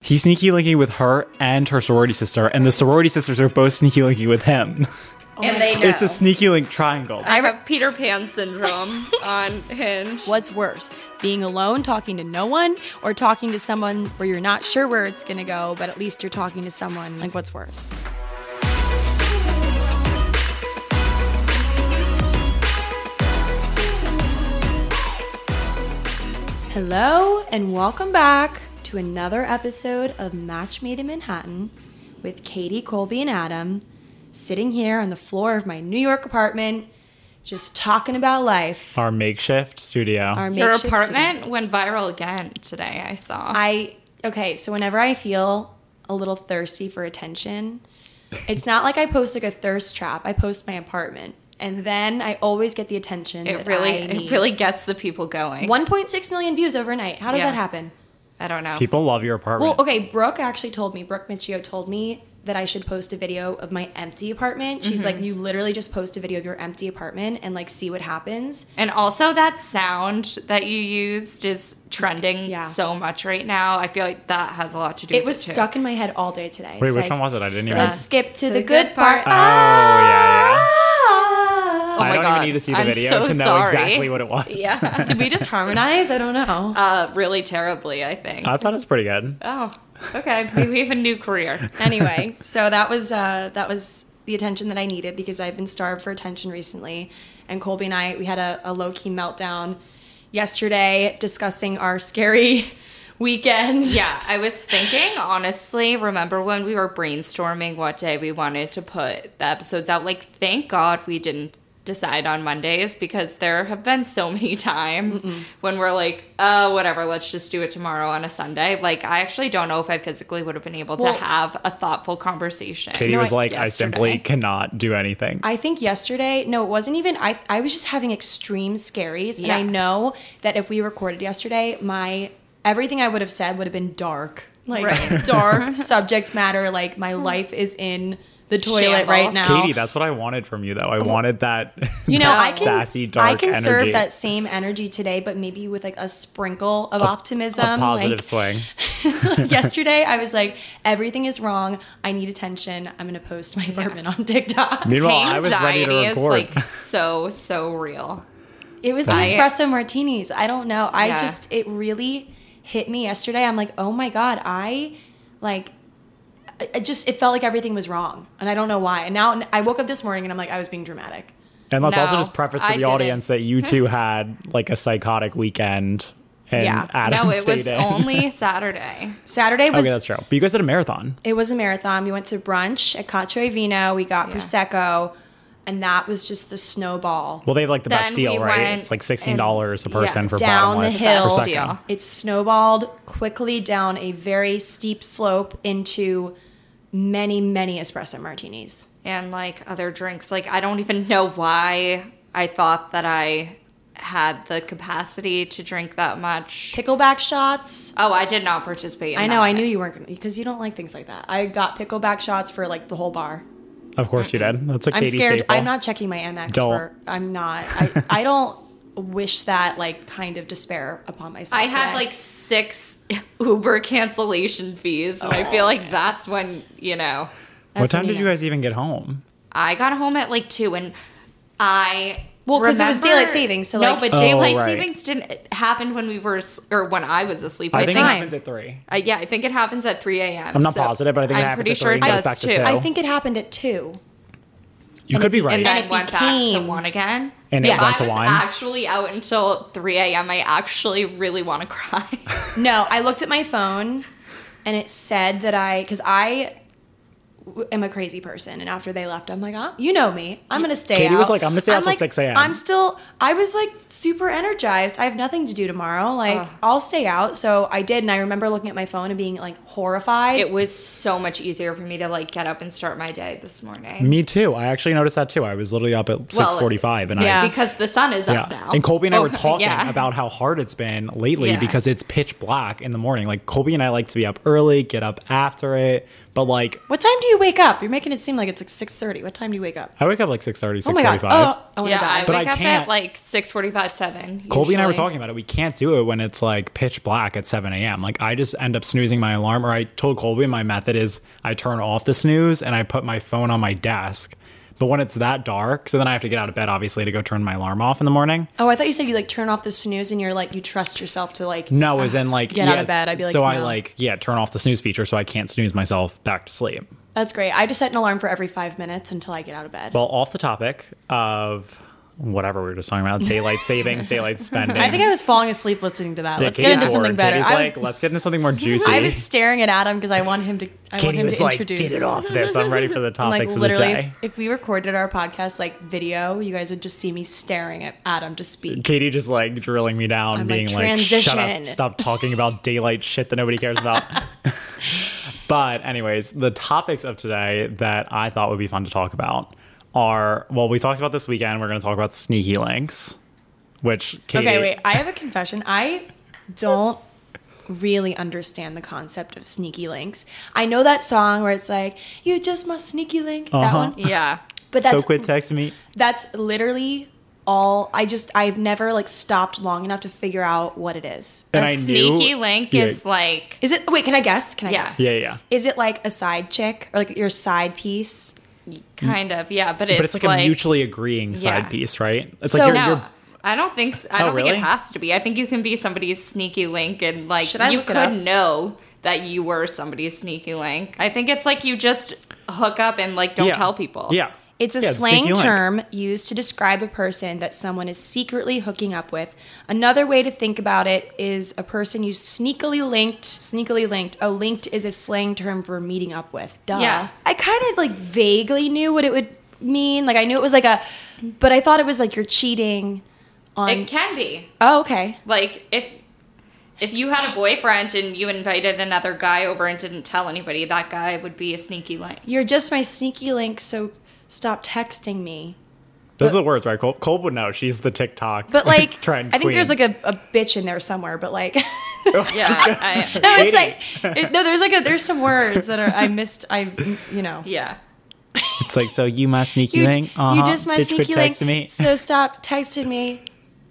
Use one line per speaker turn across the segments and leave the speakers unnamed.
He's sneaky linking with her and her sorority sister, and the sorority sisters are both sneaky linking with him.
and they know.
It's a sneaky link triangle.
I have Peter Pan syndrome on Hinge.
What's worse, being alone, talking to no one, or talking to someone where you're not sure where it's gonna go, but at least you're talking to someone? Like, what's worse? Hello, and welcome back to another episode of Match Made in Manhattan with Katie, Colby, and Adam, sitting here on the floor of my New York apartment, just talking about life.
Our makeshift studio.
Our
Your
makeshift
apartment went viral again today, I saw.
I okay, so whenever I feel a little thirsty for attention, it's not like I post like a thirst trap. I post my apartment, and then I always get the attention.
it
that
really
I need.
it really gets the people going.
1.6 million views overnight. How does
Yeah.
that happen?
I don't know.
People love your apartment.
Well, okay, Brooke actually told me, Brooke Michio told me that I should post a video of my empty apartment.
Mm-hmm.
She's like, you literally just post a video of your empty apartment and like see what happens.
And also that sound that you used is trending
Yeah.
so much right now. I feel like that has a lot to do
It
with
was
too.
stuck in my head all day today.
Wait,
It's
which
like,
one was it? I didn't even.
Let's skip to the, good,
good
part.
part.
oh
Oh
yeah,
Ah.
yeah. I
my
don't
God.
even need to see the
I'm
video
so
to know
sorry.
exactly what it was.
Yeah.
Did we just harmonize? I don't know.
Uh, really terribly, I think.
I thought it was pretty good.
oh, okay. Maybe we have a new career.
anyway, so that was uh, that was the attention that I needed because I've been starved for attention recently. And Colby and I we had a, a low key meltdown yesterday discussing our scary weekend.
Yeah, I was thinking, honestly, remember when we were brainstorming what day we wanted to put the episodes out? Like, thank God we didn't decide on Mondays because there have been so many times when we're like, oh, whatever, let's just do it tomorrow on a Sunday. Like, I actually don't know if I physically would have been able
Well-
to have a thoughtful conversation.
Katie
No,
was
I-
like, I
yesterday.
simply cannot do anything.
I think yesterday, no, it wasn't even. I I was just having extreme scaries, and I
Yeah.
know that if we recorded yesterday, my everything I would have said would have been dark, like
Right.
dark subject matter. Like my life is in the toilet right
Shambles.
now.
Katie, that's what I wanted from you, though. I wanted that.
you know,
that
I can
sassy, dark
I can
energy,
serve that same energy today, but maybe with like a sprinkle of optimism.
a positive
like,
swing.
yesterday, I was like, everything is wrong. I need attention. I'm gonna post my apartment on TikTok.
Meanwhile, I was ready to
Anxiety is
record.
like so, so real.
It was the
I-
espresso martinis. I don't know. I
Yeah.
just it really hit me yesterday. I'm like, oh my god, I like. I- I just it felt like everything was wrong, and I don't know why. And now I woke up this morning and I'm like, I was being dramatic.
And let's also
No,
just preface for
I
the
didn't.
audience that you two had like a psychotic weekend. And
Yeah.
Adam
no, it
stayed
was
in.
only Saturday.
Saturday was
okay, that's true. But you guys did a marathon.
it was a marathon. We went to brunch at Cacio e Vino. We got
Yeah.
prosecco, and that that was just the snowball.
Well, they have like the best
Then
deal,
we
right?
went
It's like sixteen dollars a
and-
person
yeah,
for
down
bottomless
the hill.
for
Best
second.
deal.
It snowballed quickly down a very steep slope into many many espresso martinis.
and like other drinks. Like I don't even know why I thought that I had the capacity to drink that much.
Pickleback shots.
Oh, I did not participate. In
I know.
that.
I knew you weren't gonna because you don't like things like that. I got pickleback shots for like the whole bar.
Of course you did. That's a
I'm
Katie
scared.
staple.
I'm not checking my MX.
Don't.
For, I'm not. I, I don't wish that like kind of despair upon myself.
I had
today.
like six Uber cancellation fees, and
Oh,
I feel like that's when you know
what
That's
time
when
did you
know.
guys even get home?
I got home at like two, and I
Well, because it was
Remember-
daylight savings, so
no,
like,
but daylight
Oh, right.
savings didn't happen when we were s- or when I was asleep.
I think it
time.
happens at three.
uh, yeah, I think it happens at 3 a.m.
I'm not positive, but I think it
I'm
happens
pretty
at
sure
3
it
and goes
does
back to
too.
two.
I
I
think
think it happened at two.
You could be
and
right.
then
it
went back
became-
to one again.
And it
Yeah.
I
went
was
to one.
actually out until 3 a.m. I actually really want to cry.
No, I looked at my phone and it said that I, because I w- am a crazy person. And after they left, I'm like, oh, you know me. I'm going to stay
Katie
out.
was like, "I'm gonna stay out till
like,
6 a.m..
I'm still, I was like super energized. I have nothing to do tomorrow. Like,
Ugh.
I'll stay out. So I did. And I remember looking at my phone and being like horrified.
it was so much easier for me to like get up and start my day this morning.
Me too. I actually noticed that too. I was literally up at 6:45, and
yeah.
I
because the sun is up
Yeah.
now.
And Colby and I were
Okay,
talking
yeah.
about how hard it's been lately
Yeah.
because it's pitch black in the morning. Like Colby and I like to be up early, get up after it. But like
what time do you wake up? You're making it seem like it's like 6.30. What time do you wake up?
I wake up like 6:30, 6:45.
Oh my God. Oh, I want to
yeah, I
die.
wake
But I
up
can't-
at like 6:45, 7.
Colby and I were
usually.
talking about it. We can't do it when it's like pitch black at 7 a.m. Like I just end up snoozing my alarm. Or I told Colby my method is I turn off the snooze and I put my phone on my desk. But when it's that dark, so then I have to get out of bed obviously to go turn my alarm off in the morning.
Oh, I thought you said you like turn off the snooze and you're like, you trust yourself to like,
No, as in like
Get out of bed. I'd be like,
so I
no.
like yeah turn off the snooze feature so I can't snooze myself back to sleep.
that's great. I just set an alarm for every five minutes until I get out of bed.
Well, off the topic of whatever we were just talking about, daylight savings, daylight spending.
I think I was falling asleep listening to that.
Yeah,
Let's
Katie's
get into something
bored.
better.
Katie's
I was,
like, let's get into something more juicy.
I was staring at Adam because I want him to. I want
Katie
him
was
to
like,
introduce.
get it off this. I'm ready for the
And, like
topics of the
literally,
day.
if we recorded our podcast like video, you guys would just see me staring at Adam to speak.
Katie just like drilling me down,
I'm
being
like,
like, shut up,
transition."
stop talking about daylight shit that nobody cares about. but, anyways, the topics of today that I thought would be fun to talk about are well, we talked about this weekend. We're going to talk about sneaky links, which Katie.
Okay, wait. I have a confession. I don't really understand the concept of sneaky links. I know that song where it's like, "You just my sneaky link." That
Uh-huh.
one,
Yeah.
but
So
that's
quit texting me.
that's literally all. I just I've never like stopped long enough to figure out what it is.
And
a
I knew-
sneaky link
Yeah.
is like
Is it? Wait, can I guess? Can I
Yeah.
guess?
Yeah, yeah.
Is it like a side chick or like your side piece?
kind of yeah, but it's,
but it's like, a mutually agreeing side
Yeah.
piece, right? It's
So
like you're,
No,
you're
I don't think s- I
Oh,
don't
really?
think it has to be. I think you can be somebody's sneaky link and like
Should I
you
look it up?
could know that you were somebody's sneaky link. I think it's like you just hook up and like don't
yeah.
tell people.
Yeah,
It's a
Yeah,
slang
sneaky link.
term used to describe a person that someone is secretly hooking up with. Another way to think about it is a person you sneakily linked, sneakily linked. Oh, linked is a slang term for meeting up with. Duh.
Yeah.
I kind of like vaguely knew what it would mean. Like I knew it was like a, but I thought it was like you're cheating on.
It can be.
Oh, okay.
Like if if you had a boyfriend and you invited another guy over and didn't tell anybody, that guy would be a sneaky link.
You're just my sneaky link, so stop texting me.
Those are the words, right? Cole, Cole would know. She's the TikTok.
But like,
trend
I think
queen. Oh,
there's like a, a bitch in there somewhere. But like,
Yeah. I,
no, it's
Katie.
like it, no. There's like a there's some words that are I missed. I you know.
yeah.
It's like, so you my sneaky
You,
link? Uh-huh.
you just my
Bitch, quit
sneaky link.
texting me.
So stop texting me.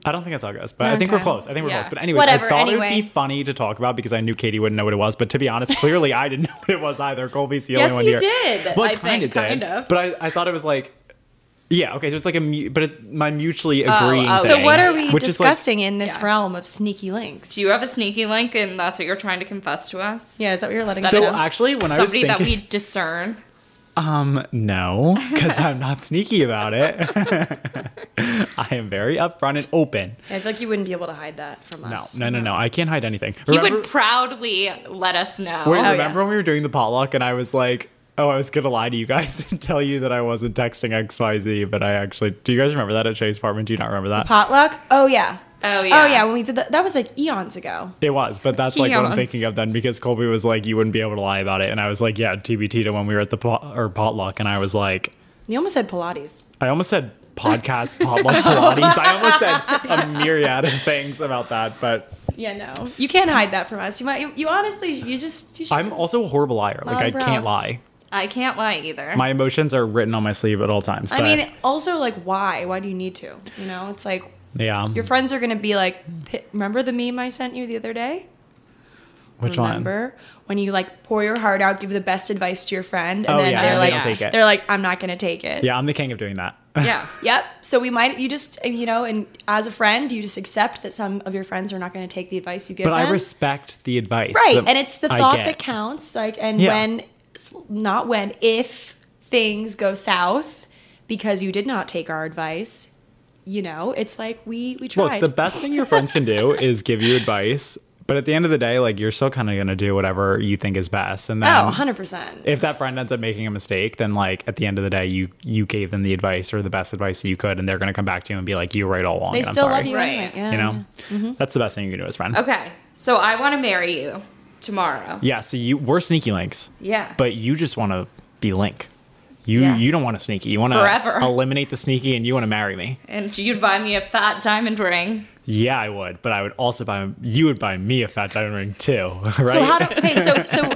I don't think that's how it goes, but I think we're
Okay.
close. I think we're
Yeah.
close. But anyways, I
Whatever,
thought it would
anyway.
be funny to talk about because I knew Katie wouldn't know what it was. But to be honest, clearly I didn't know what it was either. Colby's the
Yes,
only one
you
here.
did.
Well,
I
kind of did.
think, kind of.
But I, I thought it was like, yeah, okay. So it's like a, mu- but it, my mutually agreeing.
oh. So
So
thing,
what are we
which is like-
discussing in this
Yeah.
realm of sneaky links?
Do you have a sneaky link and that's what you're trying to confess to us?
yeah, is that what you're letting? us
so
know?
actually, when I was
Somebody
thinking,
that we discern.
um, no, because I'm not sneaky about it. I am very upfront and open.
I feel like you wouldn't be able to hide that from
No,
us.
no, no, no. I can't hide anything.
He
Remember-
would proudly let us know.
Wait,
Oh, yeah.
remember when we were doing the potluck and I was like, oh, I was going to lie to you guys and tell you that I wasn't texting XYZ, but I actually. Do you guys remember that at Shay's apartment? Do you not remember that?
Potluck? Oh yeah.
Oh, yeah.
Oh yeah. When we did that, that was like eons ago.
it was, but that's like what I'm
Eons.
thinking of then because Colby was like, you wouldn't be able to lie about it. And I was like, yeah, TBT to when we were at the pot- or potluck. And I was like,
You almost said Pilates.
I almost said podcast, potluck, Pilates. I almost said a myriad of things about that, but
Yeah, no. You can't hide that from us. You might. You, you honestly. You just. You should
I'm
just-
also a horrible liar. Like,
Loud
I
brow.
can't lie.
I can't lie either.
My emotions are written on my sleeve at all times.
I
but-
mean, also like, why? Why do you need to? You know, it's like
yeah.
your friends are gonna be like, "P- remember the meme I sent you the other day?
Which one?
remember when you like pour your heart out, give the best advice to your friend, and
Oh,
then
yeah,
they're
and they
like,
don't take
it.
they're like, I'm not gonna take it.
Yeah, I'm the king of doing that.
Yeah.
Yep. So we might, you just, you know, and as a friend, you just accept that some of your friends are not going to take the advice you give
But
them.
I respect the advice.
right.
that
And it's the
I
thought
get.
that counts. Like, and
Yeah.
when, not when, if things go south because you did not take our advice, you know, it's like we, we
Look,
tried.
the best thing your friends can do is give you advice, but at the end of the day, like you're still kind of gonna do whatever you think is best. And then
oh, 100%.
if that friend ends up making a mistake, then like at the end of the day, you you gave them the advice or the best advice that you could, and they're gonna come back to you and be like, "You were right all along."
they
and I'm
still
sorry.
love you
Right.
anyway. Yeah. Mm-hmm.
You know, that's the best thing you can do as a friend.
Okay. So I want to marry you tomorrow.
Yeah. So you we're sneaky links.
Yeah.
But you just want to be link. You
Yeah.
you don't want to sneaky. You want
Forever.
to eliminate the sneaky, and you want to marry me.
And you'd buy me a fat diamond ring.
Yeah, I would. But I would also buy you would buy me a fat diamond ring too, right?
So how do okay? So so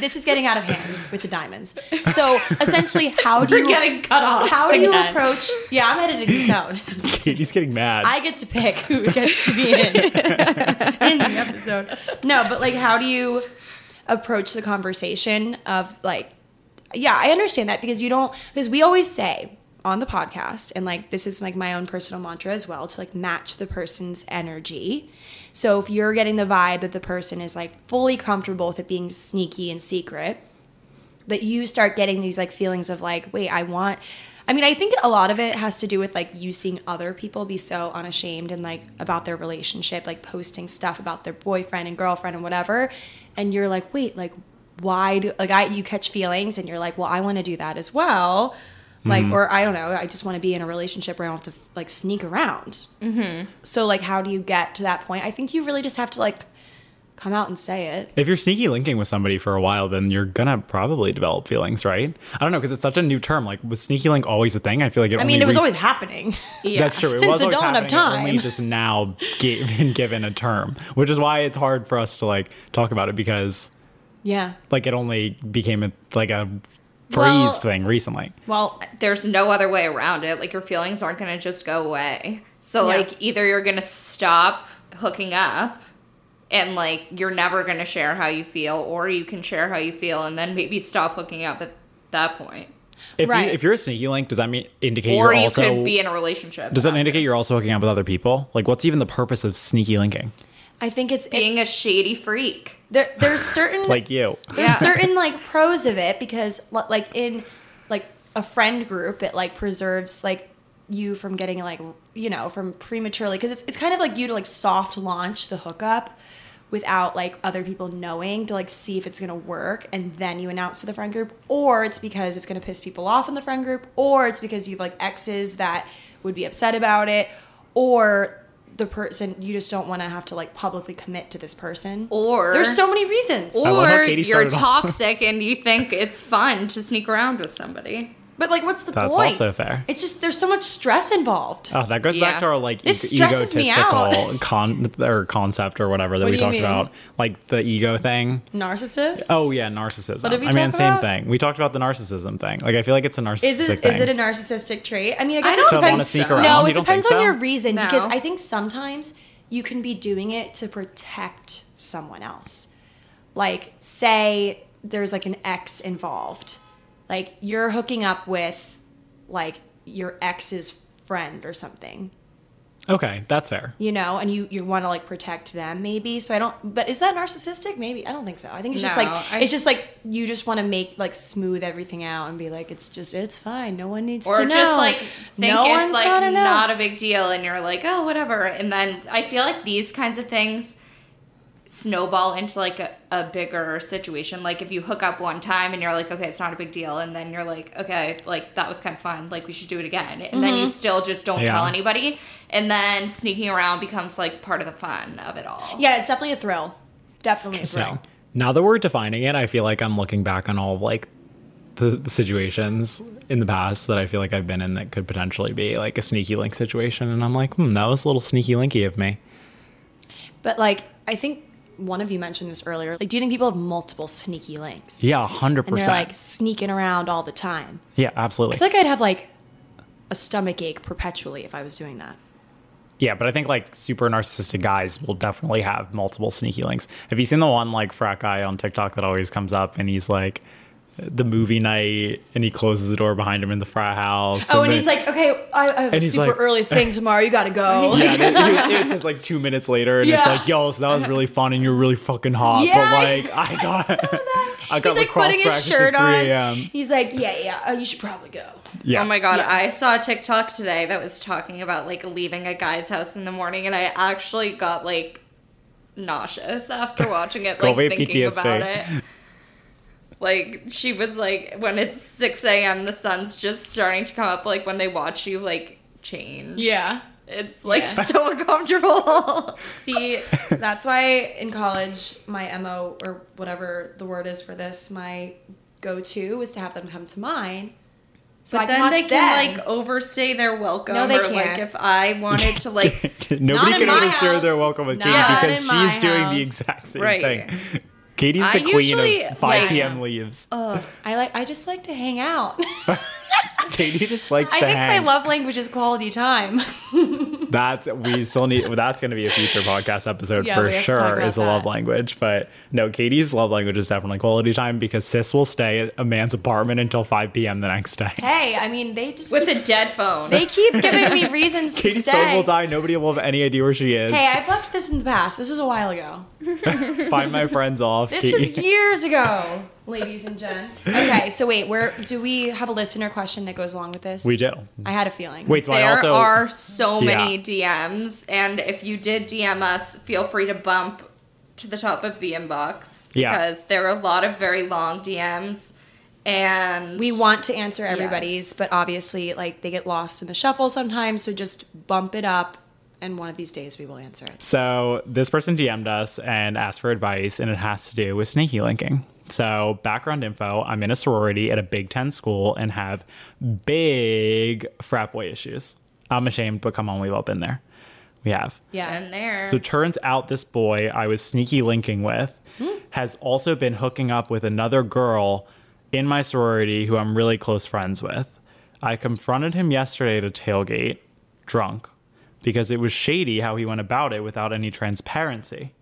this is getting out of hand with the diamonds. So essentially, how do
We're
you
getting cut off
How do you
again.
approach? Yeah, I'm editing this out.
Katie's getting mad.
I get to pick who gets to be in, in the episode. No, but like, how do you approach the conversation of like, yeah, I understand that because you don't, because we always say on the podcast, and like, this is like my own personal mantra as well to like match the person's energy. So if you're getting the vibe that the person is like fully comfortable with it being sneaky and secret, but you start getting these like feelings of like wait i want i mean i think a lot of it has to do with like you seeing other people be so unashamed and like about their relationship like posting stuff about their boyfriend and girlfriend and whatever and you're like wait like why do like i you catch feelings and you're like well i want to do that as well like or i don't know i just want to be in a relationship where i don't have to like sneak around mm-hmm. so like how do you get to that point i think you really just have to like come out and say it
if you're sneaky linking with somebody for a while, then you're gonna probably develop feelings, right? I don't know because it's such a new term. Like was sneaky link always a thing? I feel like it.
i mean
only
it was
rec-
always happening
That's true. It
Since
was
the
always
dawn of
happening, it
time.
Only just now ga- been given a term, which is why it's hard for us to like talk about it because
yeah
like it only became a, like a phrased
Well-
thing recently.
well
There's no other way around it. Like your feelings aren't going to just go away. So
Yeah.
like either you're going to stop hooking up and like you're never going to share how you feel or you can share how you feel and then maybe stop hooking up at that point.
If
Right.
you if you're a sneaky link, does that mean indicate
Or
you're
you
also
could be in a relationship.
does that
after.
indicate you're also hooking up with other people? Like, what's even the purpose of sneaky linking?
I think it's it,
being a shady freak?
there, there's certain
Like you,
there's
Yeah.
certain like pros of it because li- like in like a friend group it like preserves like you from getting like you know from prematurely because it's it's kind of like you to like soft launch the hookup without like other people knowing to like see if it's gonna work and then you announce to the friend group or it's because it's gonna piss people off in the friend group or it's because you have like exes that would be upset about it or the person you just don't want to have to like publicly commit to this person
Or-
there's so many reasons
I love how
Or
Katie
you're
started off.
toxic and you think it's fun to sneak around with somebody.
But like, what's the
That's
point?
also fair.
It's just there's so much stress involved.
oh, that goes
Yeah.
back to our like
This
e-
stresses me
egotistical con or concept or whatever that
What
we
do you
talked
mean?
about, like the ego thing.
Narcissist.
Oh yeah, narcissism.
What did we
I mean,
talk
same
about?
thing. We talked about the narcissism thing. Like, I feel like it's a narcissistic
Is it
thing.
is it a narcissistic trait? I mean, I guess
I don't
it
To
depends.
wanna sneak
around?
No,
You
it
don't
depends
think
on
so?
your reason
No.
because I think sometimes you can be doing it to protect someone else. Like, say there's like an ex involved. Like you're hooking up with like your ex's friend or something.
okay, that's fair.
you know, and you you want to like protect them maybe. So I don't. But is that narcissistic? Maybe I don't think so. I think it's just
No,
like
I-
it's just like you just want to make like smooth everything out and be like it's just it's fine. No one needs
Or
to
just
know.
like think
no
it's like
gotta know.
not a big deal and you're like, oh, whatever. And then I feel like these kinds of things snowball into like a, a bigger situation. Like if you hook up one time and you're like, okay, it's not a big deal. And then you're like, okay, like that was kind of fun. Like we should do it again. And then
Mm-hmm.
you still just don't
Yeah.
tell anybody. And then sneaking around becomes like part of the fun of it all.
yeah, it's definitely a thrill. Definitely a
So
thrill.
now that we're defining it, I feel like I'm looking back on all of, like the, the situations in the past that I feel like I've been in that could potentially be like a sneaky link situation, and I'm like, hmm, that was a little sneaky linky of me.
But like I think one of you mentioned this earlier. Like, do you think people have multiple sneaky links?
Yeah, hundred
And they're
percent.
like sneaking around all the time.
yeah, absolutely.
I feel like I'd have like a stomach ache perpetually if I was doing that.
yeah, but I think like super narcissistic guys will definitely have multiple sneaky links. Have you seen the one like frat guy on TikTok that always comes up and he's like. the movie night and he closes the door behind him in the frat house.
Oh, and
then-
he's like, okay, I, I have a
And he's
super
like-
early thing tomorrow. You gotta go. Like,
Yeah, and it, it- it says like two minutes later, and it's
Yeah.
like, yo, so that was really fun, and you're really fucking hot.
Yeah,
but like, I got, I, got
he's like
lacrosse
putting his
practice at
shirt
3
on.
a.m.
He's like, yeah, yeah,
oh,
uh, you should probably go.
Yeah.
Oh my god, I saw a TikTok today that was talking about like leaving a guy's house in the morning, and I actually got like nauseous after watching it, like
Go away,
thinking
PTSD.
about it. Like she was like, when it's six a.m., the sun's just starting to come up. Like when they watch you like change,
Yeah.
it's like so uncomfortable.
See, that's why in college, my MO or whatever the word is for this, my go to was to have them come to mine. So I
But
can
then
watch
they can
them.
like overstay their welcome.
No, they
or, Like
can't.
if I wanted to like
Nobody
Not
can
in my
overshare their
house.
welcome with
Not
Katie because
in my
she's doing the
house.
exact same
Right.
thing. Katie's
I
the queen
usually,
of 5
like-
p.m. leaves.
uh, I like I just like to hang out.
Katie just likes
I
to
think my
hang.
love language is quality time.
that's we still need. That's going to be a future podcast episode
Yeah,
for
we have to talk
sure.
about
Is the love
that.
language, but no, Katie's love language is definitely quality time because sis will stay at a man's apartment until 5 p.m. the next day.
hey, I mean they just
with a dead phone.
they keep giving me reasons to
Katie's phone will
stay.
die. Nobody will have any idea where she is.
Hey, I've left this in the past. This was a while ago.
Find my friends off.
This
Katie.
was years ago, ladies and gen. Okay, so wait, where do we have a listener question that goes along with this?
we do.
I had a feeling.
Wait, so I
there
also
are so many DMs, and if you did DM us, feel free to bump to the top of the inbox
Yeah.
because there are a lot of very long DMs, and
we want to answer everybody's,
Yes.
but obviously, like they get lost in the shuffle sometimes. So just bump it up, and one of these days we will answer it.
So this person DM'd us and asked for advice, and it has to do with sneaky linking. So background info: I'm in a sorority at a Big Ten school and have big frat boy issues. I'm ashamed, but come on, we've all been there. We have.
Yeah,
and there.
So turns out this boy I was sneaky linking with has also been hooking up with another girl in my sorority who I'm really close friends with. I confronted him yesterday at a tailgate, drunk, because it was shady how he went about it without any transparency.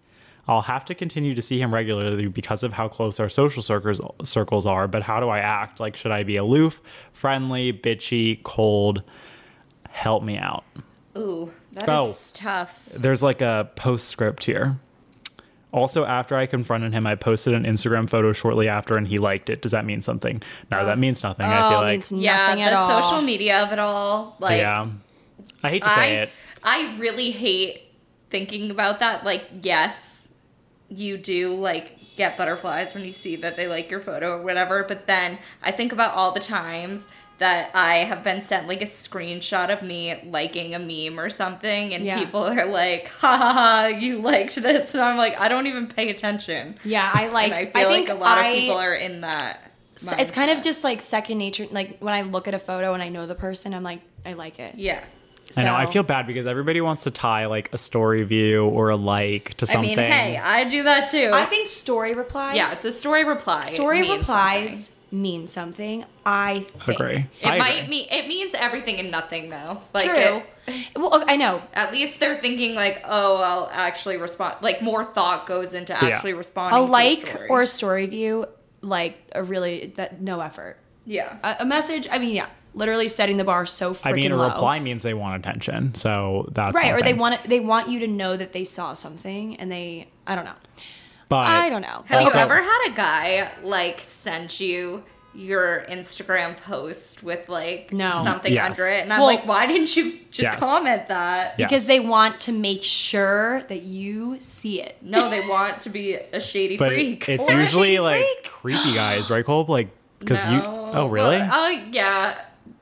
I'll have to continue to see him regularly because of how close our social circles circles are, but how do I act? Like should I be aloof, friendly, bitchy, cold? Help me out
Ooh, that is
Oh.
tough.
there's like a postscript here. Also, after I confronted him, I posted an Instagram photo shortly after, and he liked it. Does that mean something? No, that means nothing. I feel
oh,
like,
means nothing
Yeah,
at
the
all.
social media of it all, like
yeah. I hate to
I,
say it.
I really hate thinking about that. Like, yes, you do like get butterflies when you see that they like your photo or whatever, but then I think about all the times that I have been sent like a screenshot of me liking a meme or something, and
Yeah.
people are like, ha ha ha, you liked this. And I'm like, I don't even pay attention.
Yeah, I like.
And I
I,
feel
think
like a lot
I,
of people are in that.
So it's kind of
mindset.
just like second nature. Like when I look at a photo and I know the person, I'm like, I like it.
Yeah.
I know. I
So-
feel bad because everybody wants to tie like a story view or a like to
I
something.
mean, hey, I do that too.
I think story replies.
yeah, it's a story reply. It
story
means something.
replies mean something. I think.
agree.
It
I
might
agree.
mean it means everything and nothing though. Like
True.
it-
well, okay, I know.
at least they're thinking like, oh, I'll actually respond. Like more thought goes into actually responding.
A
to
like
story.
or a story view, like a really that no effort.
yeah,
A, a message. I mean, yeah, literally setting the bar so freaking
I mean, a
low.
reply means they want attention, so that's
right?
one
Or they
thing.
want it, they want you to know that they saw something and they. I don't know.
But
I don't know.
Have
Also-
you ever had a guy like send you your Instagram post with like
No.
something
Yes.
under it, and I'm
Well-
like, why didn't you just
Yes.
comment that?
Yeah.
Because
Yes.
they want to make sure that you see it.
No, they want to be a shady
But it-
freak.
it's
Or-
usually
shitty
like
freak.
creepy guys, right, Cole? Like, because you.
No.
Oh, really?
Well, Oh, yeah.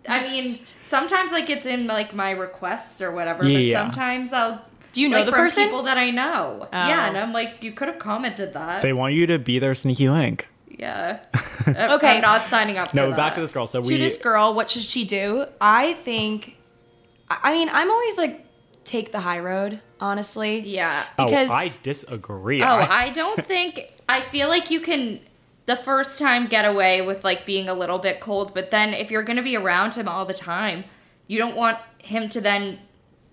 I mean, sometimes like it's in like my requests or whatever,
Yeah.
but sometimes I'll.
Do you know
like,
the
from
person? Oh.
People that I know. Yeah, and I'm like, you could have commented that.
they want you to be their sneaky link.
yeah. okay.
Okay.
I'm not signing up.
No,
for that.
back to this girl. So we.
to this girl, what should she do? I think. I I mean, I'm always like, take the high road, honestly.
Yeah.
because-
oh, I disagree.
Oh,
I-
I don't think. I feel like you can the first time get away with like being a little bit cold, but then if you're gonna be around him all the time, you don't want him to then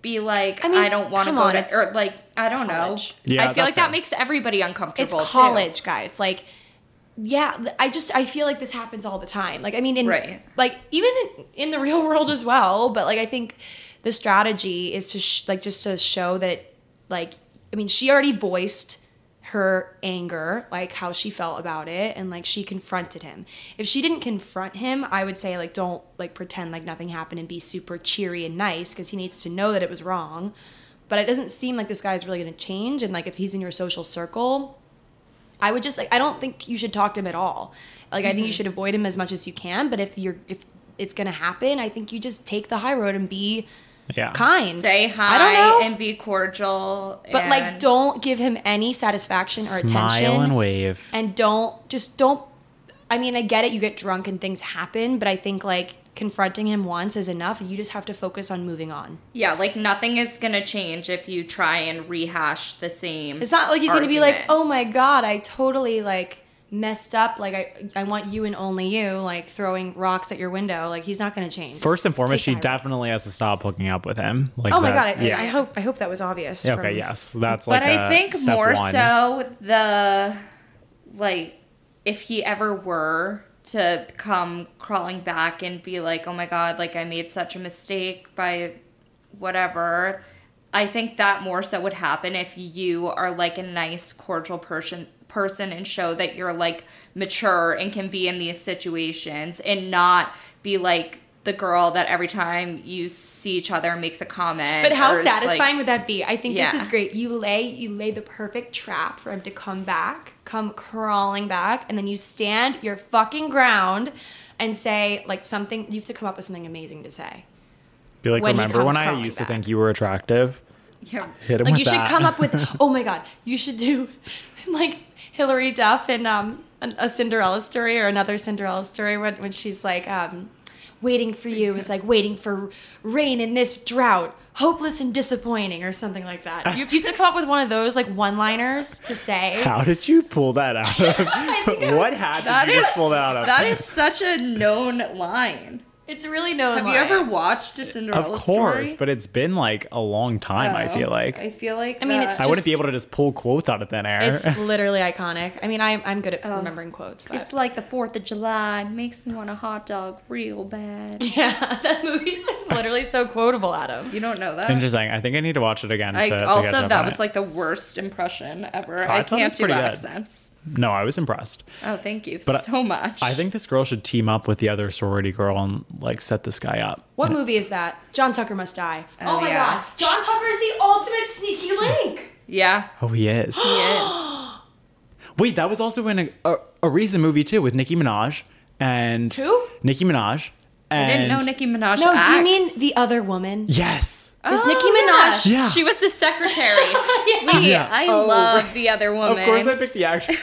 be like,
I
I,
mean,
don't want to
come
go
on,
to,
it's-
or like, I don't
college.
know.
Yeah,
I feel
that's
like
fair.
that makes everybody uncomfortable.
It's
too.
college, guys. Like, yeah, th- I just I feel like this happens all the time. Like I mean, in
Right.
like even in, in the real world as well. But like I think the strategy is to sh- like just to show that like I mean she already voiced her anger, like how she felt about it, and like she confronted him. If she didn't confront him, I would say like don't like pretend like nothing happened and be super cheery and nice because he needs to know that it was wrong. But it doesn't seem like this guy's really going to change. And like if he's in your social circle, I would just like I don't think you should talk to him at all. Like I
Mm-hmm.
think you should avoid him as much as you can, but if you're if it's going to happen, I think you just take the high road and be
Yeah.
kind.
Say hi
I don't know.
and be cordial.
but like
and-
don't give him any satisfaction or
Smile
attention
and wave.
and don't just don't I mean, I get it you get drunk and things happen, but I think like confronting him once is enough. You just have to focus on moving on.
Yeah, like nothing is gonna change if you try and rehash the same.
It's not like he's going to be like,
argument.
"Oh my god, I totally like messed up. Like I I want you and only you like throwing rocks at your window." Like he's not going to change.
First and foremost,
Take
she
that route.
definitely has to stop hooking up with him. Like
Oh my
that-
god! I, I hope I hope that was obvious.
Yeah,
from-
Okay, yes, that's like.
But I
a
think
step
more
one.
so the like if he ever were to come crawling back and be like, "Oh my god, like I made such a mistake by whatever." I think that more so would happen if you are like a nice, cordial person person and show that you're like mature and can be in these situations and not be like the girl that every time you see each other makes a comment.
But how
or is, like-
satisfying would that be? I think
Yeah.
this is great. You lay you lay the perfect trap for him to come back, come crawling back, and then you stand your fucking ground and say like something. You have to come up with something amazing to say.
Be like,
when he
remember
comes
when I
crawling
used
back."
to think you were attractive?
Yeah.
Hit him
Like
with
you should
that.
come up with. Oh my god! You should do like Hillary Duff in um an, a Cinderella story or another Cinderella story when when she's like um waiting for you is like waiting for rain in this drought, hopeless and disappointing or something like that. You, you have to come up with one of those like one liners to say.
How did you pull that out of? what had
That
to you
is
just pull that out of?
that is such a known line.
It's really no.
Have
line.
you ever watched a Cinderella
of course,
story?
but it's been like a long time. I feel like
I feel like.
Oh, I mean, it's
I
that-
wouldn't be
just-
able to just pull quotes out of thin air.
It's literally iconic. I mean, I'm I'm good at remembering quotes, but
It's like the Fourth of July. It makes me want a hot dog real bad.
yeah, that movie's like literally so quotable, Adam.
You don't know that.
Interesting. I think I need to watch it again. to,
I,
to catch up
also,
on
that was
it.
like the worst impression ever.
I
I,
thought it
can't
was
do
pretty good.
accents.
no, I was impressed.
Oh, thank you
But I-
so much.
I think this girl should team up with the other sorority girl and like set this guy up.
What movie is that? John Tucker Must Die.
Oh, yeah.
John Tucker is the ultimate sneaky link.
Yeah.
Oh, he is.
He is.
Wait, that was also in a, a, a recent movie too with Nicki Minaj and
Who?
Nicki Minaj.
I
And
didn't know Nicki Minaj.
No, do you
acts.
mean the other woman?
Yes.
Is
Oh,
Nicki
yeah.
Minaj?
Yeah.
She was the secretary. Wait,
Yeah.
I
Oh,
love the other woman.
Of course, I picked the actress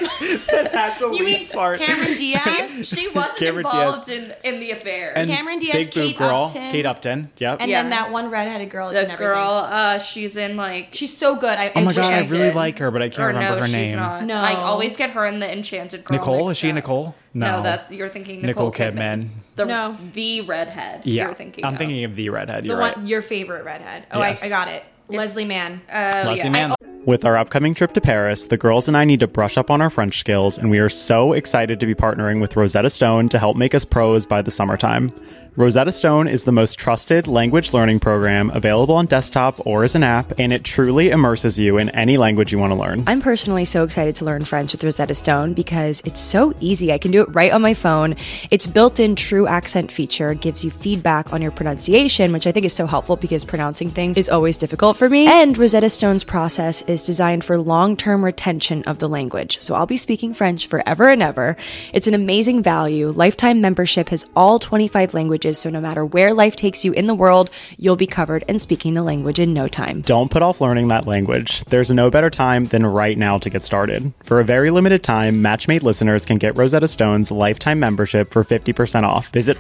that had the
You mean
least part.
Cameron Diaz?
she wasn't
Cameron
involved in, in the affair.
And
Cameron Diaz,
Big Boob
Kate
Girl,
Upton.
Kate Upton. Yep.
and
Yeah.
then that one redheaded girl. That's
the
in everything.
girl, uh, she's in like.
She's so good. I,
oh my
wish
god, I
did.
really like her, but I can't
or
remember
no,
her
she's
name.
not.
No.
I always get her in the Enchanted Girl.
Nicole?
mixed
Is she
up.
Nicole?
No.
No.
that's you're thinking Nicole,
Nicole
Kidman.
Kidman.
The,
No.
the redhead.
Yeah,
you're thinking.
I'm
of.
thinking of the redhead.
the
You're right.
one your favorite redhead. Oh,
Yes.
I, I got it. Leslie Mann.
Oh,
Leslie
yeah.
Mann. With our upcoming trip to Paris, the girls and I need to brush up on our French skills, and we are so excited to be partnering with Rosetta Stone to help make us pros by the summertime. Rosetta Stone is the most trusted language learning program available on desktop or as an app, and it truly immerses you in any language you want to learn.
I'm personally so excited to learn French with Rosetta Stone because it's so easy. I can do it right on my phone. Its built in true accent feature gives you feedback on your pronunciation, which I think is so helpful because pronouncing things is always difficult for me. And Rosetta Stone's process is designed for long term retention of the language. So I'll be speaking French forever and ever. It's an amazing value. Lifetime membership has all 25 languages, so no matter where life takes you in the world, you'll be covered and speaking the language in no time.
Don't put off learning that language. There's no better time than right now to get started. For a very limited time, Matchmade listeners can get Rosetta Stone's lifetime membership for 50% off. Visit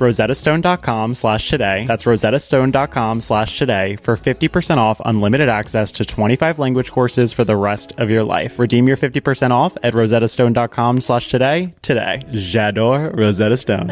rosettastone.com slash today. That's rosettastone.com slash today for 50% off unlimited access to 25 language courses for the rest of your life. Redeem your 50% off at rosettastone.com slash today today. J'adore Rosetta Stone.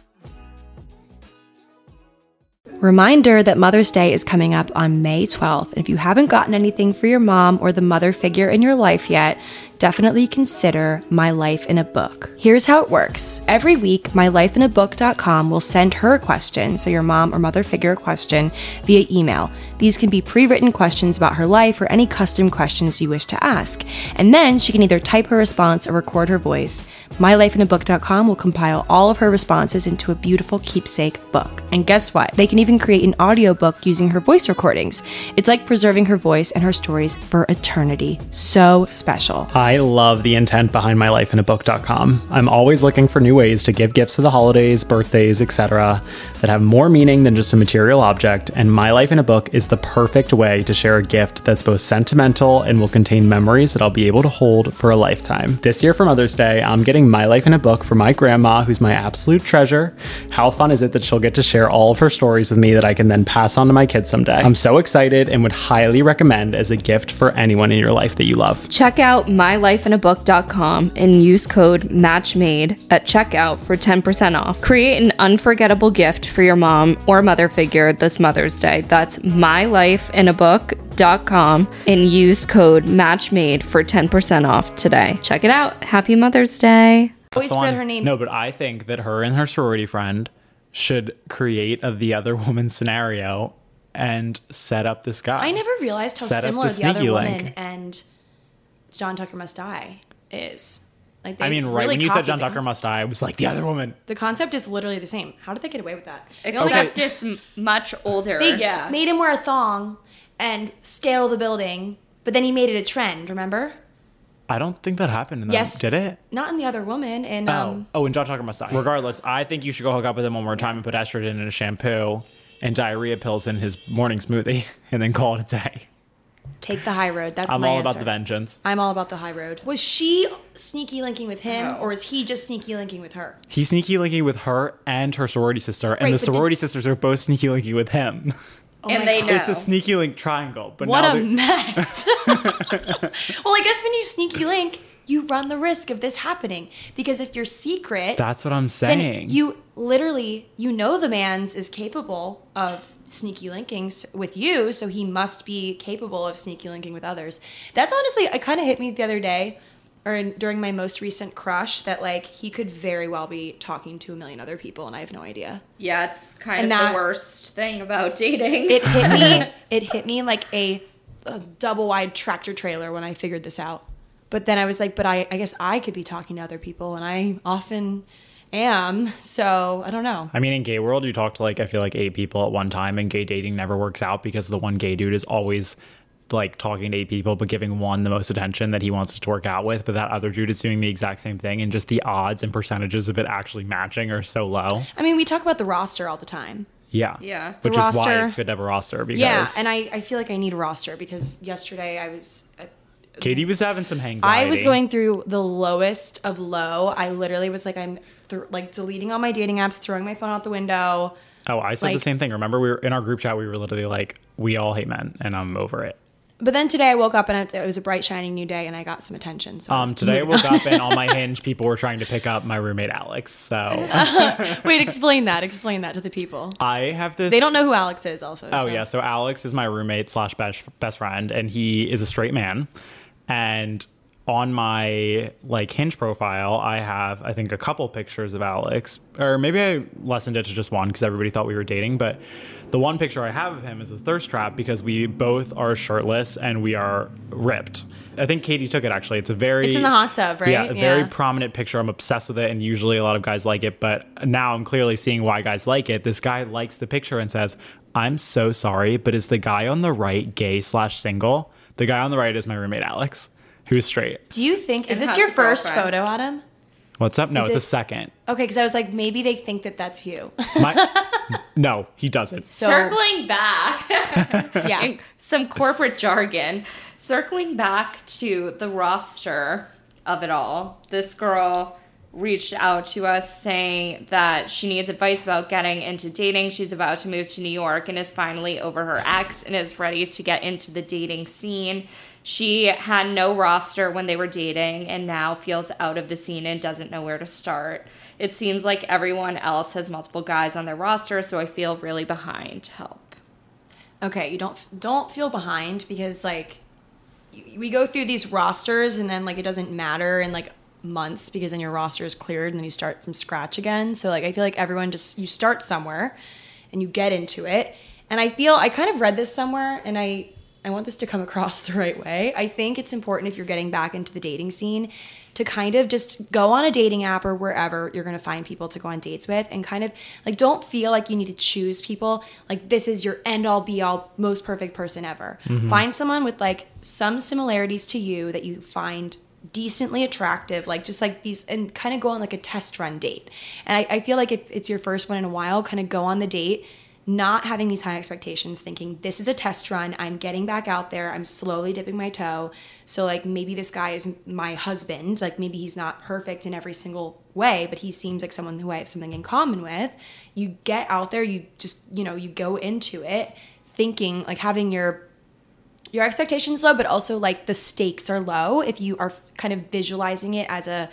Reminder that Mother's Day is coming up on May 12th. And if you haven't gotten anything for your mom or the mother figure in your life yet, definitely consider My Life in a Book. Here's how it works every week, mylifeinabook.com will send her a question, so your mom or mother figure a question, via email. These can be pre written questions about her life or any custom questions you wish to ask. And then she can either type her response or record her voice. MyLifeInABook.com will compile all of her responses into a beautiful keepsake book. And guess what? They can even create an audiobook using her voice recordings. It's like preserving her voice and her stories for eternity. So special.
I love the intent behind my life in a book.com. I'm always looking for new ways to give gifts to the holidays, birthdays, etc., that have more meaning than just a material object, and my life in a book is the perfect way to share a gift that's both sentimental and will contain memories that I'll be able to hold for a lifetime. This year for Mother's Day, I'm getting my life in a book for my grandma, who's my absolute treasure. How fun is it that she'll get to share all of her stories with me that I can then pass on to my kids someday? I'm so excited and would highly recommend as a gift for anyone in your life that you love.
Check out mylifeinabook.com and use code MATCHMADE at checkout for 10% off. Create an unforgettable gift for your mom or mother figure this Mother's Day. That's mylifeinabook.com and use code MATCHMADE for 10% off today. Check it out. Happy Mother's Day.
Always forget her name.
No, but I think that her and her sorority friend should create a the other woman scenario and set up this guy.
I never realized how
Set up
similar
the
the, other
sneaky
woman
link.
and John Tucker Must Die is. Like they
I mean, right
really
when you said
copied
John
the
Tucker
concept.
must die, I was like the other woman.
The concept is literally the same. How did they get away with that? They only got-
Except it's m- much older.
they made him wear a thong and scale the building, but then he made it a trend. Remember?
I don't think that happened. In that,
Yes.
did it?
Not in the other woman. And um,
oh, oh, and John Tucker must die. Regardless, I think you should go hook up with him one more time and put estrogen in a shampoo and diarrhea pills in his morning smoothie, and then call it a day.
take the high road. That's
Oh. I'm
my
all
answer.
about the vengeance.
I'm all about the high road. Was she sneaky linking with him,
Oh.
or is he just sneaky linking with her?
He's sneaky linking with her and her sorority sister, and
Right,
the
but did-
sorority sisters are both sneaky linking with him.
and they know.
It's a sneaky link triangle, but
What
now
a
they're-
mess. well, I guess when you sneaky link, you run the risk of this happening because if you're secret,
that's what I'm
then
saying.
you literally you know the man's is capable of sneaky linking s- with you, so he must be capable of sneaky linking with others. That's honestly, it kind of hit me the other day. Or in, during my most recent crush, that like he could very well be talking to a million other people, and I have no idea.
yeah, it's kind
And
of
that-
the worst thing about dating.
It hit me. it hit me like a, a double wide tractor trailer when I figured this out. But then I was like, but I, I guess I could be talking to other people, and I often am. So I don't know.
I mean, in gay world, you talk to like I feel like eight people at one time, and gay dating never works out because the one gay dude is always like talking to eight people, but giving one the most attention that he wants to work out with. But that other dude is doing the exact same thing, and just the odds and percentages of it actually matching are so low.
I mean, we talk about the roster all the time.
Yeah,
Yeah.
which
The
is why
roster.
it's good to have a roster because
Yeah, and I, I feel like I need a roster because yesterday I was
Katie was having some hangs.
I was going through the lowest of low. I literally was like I'm th- like deleting all my dating apps, throwing my phone out the window.
Oh, I said the
like-
same thing. Remember, we were in our group chat. We were literally like, "We all hate men," and I'm over it.
But then today I woke up and it it was a bright shining new day, and I got some attention. So I
Um,
was
today I
moving
woke
on.
up and on my hinge, people were trying to pick up my roommate Alex. So
Wait, explain that. Explain that to the people.
I have this.
They don't know who Alex is, also.
Oh yeah, so Alex is my roommate slash best best friend, and he is a straight man, and on my like hinge profile i have i think a couple pictures of alex or maybe i lessened it to just one because everybody thought we were dating but the one picture i have of him is a thirst trap because we both are shirtless and we are ripped i think katie took it actually it's a very
It's in the hot tub, right?
yeah a very
Yeah.
prominent picture i'm obsessed with it and usually a lot of guys like it but now i'm clearly seeing why guys like it this guy likes the picture and says i'm so sorry but is the guy on the right gay slash single the guy on the right is my roommate alex Who's straight?
Do you think is
And
this
has
your
a
first
girlfriend.
photo, Adam?
What's up? No, it's
Is it-
a second.
Okay, because I was like, maybe they think that that's you.
My, no, he doesn't.
So
circling back,
yeah,
some corporate jargon, circling back to the roster of it all, this girl reached out to us saying that she needs advice about getting into dating. She's about to move to New York and is finally over her ex and is ready to get into the dating scene. She had no roster when they were dating and now feels out of the scene and doesn't know where to start. It seems like everyone else has multiple guys on their roster, so I feel really behind. Help.
okay. You don't don't feel behind because like y- we go through these rosters and then like it doesn't matter in like months because then your roster is cleared and then you start from scratch again. So like I feel like everyone just you start somewhere and you get into it. And I feel I kind of read this somewhere and I I want this to come across the right way. I think it's important if you're getting back into the dating scene to kind of just go on a dating app or wherever you're going to find people to go on dates with and kind of like don't feel like you need to choose people like this is your end all be all most perfect person ever. Find someone with like some similarities to you that you find decently attractive like just like these and kind of go on like a test run date and I, I feel like if it's your first one in a while kind of go on the date not having these high expectations thinking this is a test run i'm getting back out there i'm slowly dipping my toe so like maybe this guy is my husband like maybe he's not perfect in every single way but he seems like someone who i have something in common with you get out there you just you know you go into it thinking like having your your expectations low, but also like the stakes are low if you are f- kind of visualizing it as a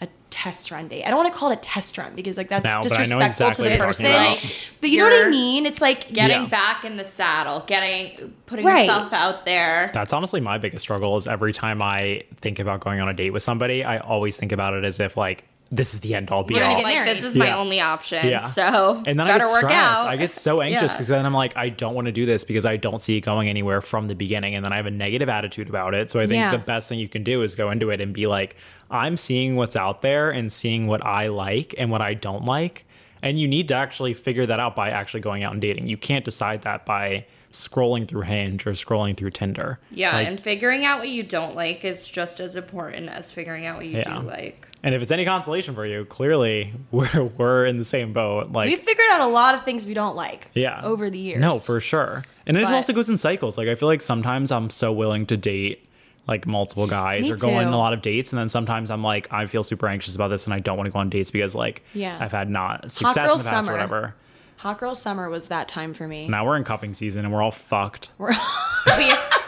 a test run date. I don't want to call it a test run because like that's
No, but I know exactly
disrespectful to
what
the
you're
person.
talking about.
but you know what I
You're
mean? It's like
getting
Yeah.
back in the saddle, getting putting
Right.
yourself out there.
That's honestly my biggest struggle is every time I think about going on a date with somebody, I always think about it as if like this is the end all be
We're gonna
all.
get
Like
married.
this is my
Yeah.
only option.
yeah.
So
and then
better
I get
work
stressed.
out.
I get so anxious
Yeah.
because then I'm like, I don't want to do this because I don't see it going anywhere from the beginning, and then I have a negative attitude about it. So I think
Yeah.
the best thing you can do is go into it and be like, I'm seeing what's out there and seeing what I like and what I don't like, and you need to actually figure that out by actually going out and dating. You can't decide that by scrolling through Hinge or scrolling through Tinder.
yeah,
Like,
and figuring out what you don't like is just as important as figuring out what you
Yeah.
do like.
and if it's any consolation for you, clearly we're we're in the same boat. Like
we figured out a lot of things we don't like.
yeah
Over the years.
no for sure and it
But-
also goes in cycles like i feel like sometimes i'm so willing to date like multiple guys
Me
or go on
too.
a lot of dates and then sometimes i'm like i feel super anxious about this and i don't want to go on dates because like
Yeah.
i've had not success in
girl
the past
summer.
or whatever
Hot girl summer was that time for me.
now we're in cuffing season and we're all fucked
we,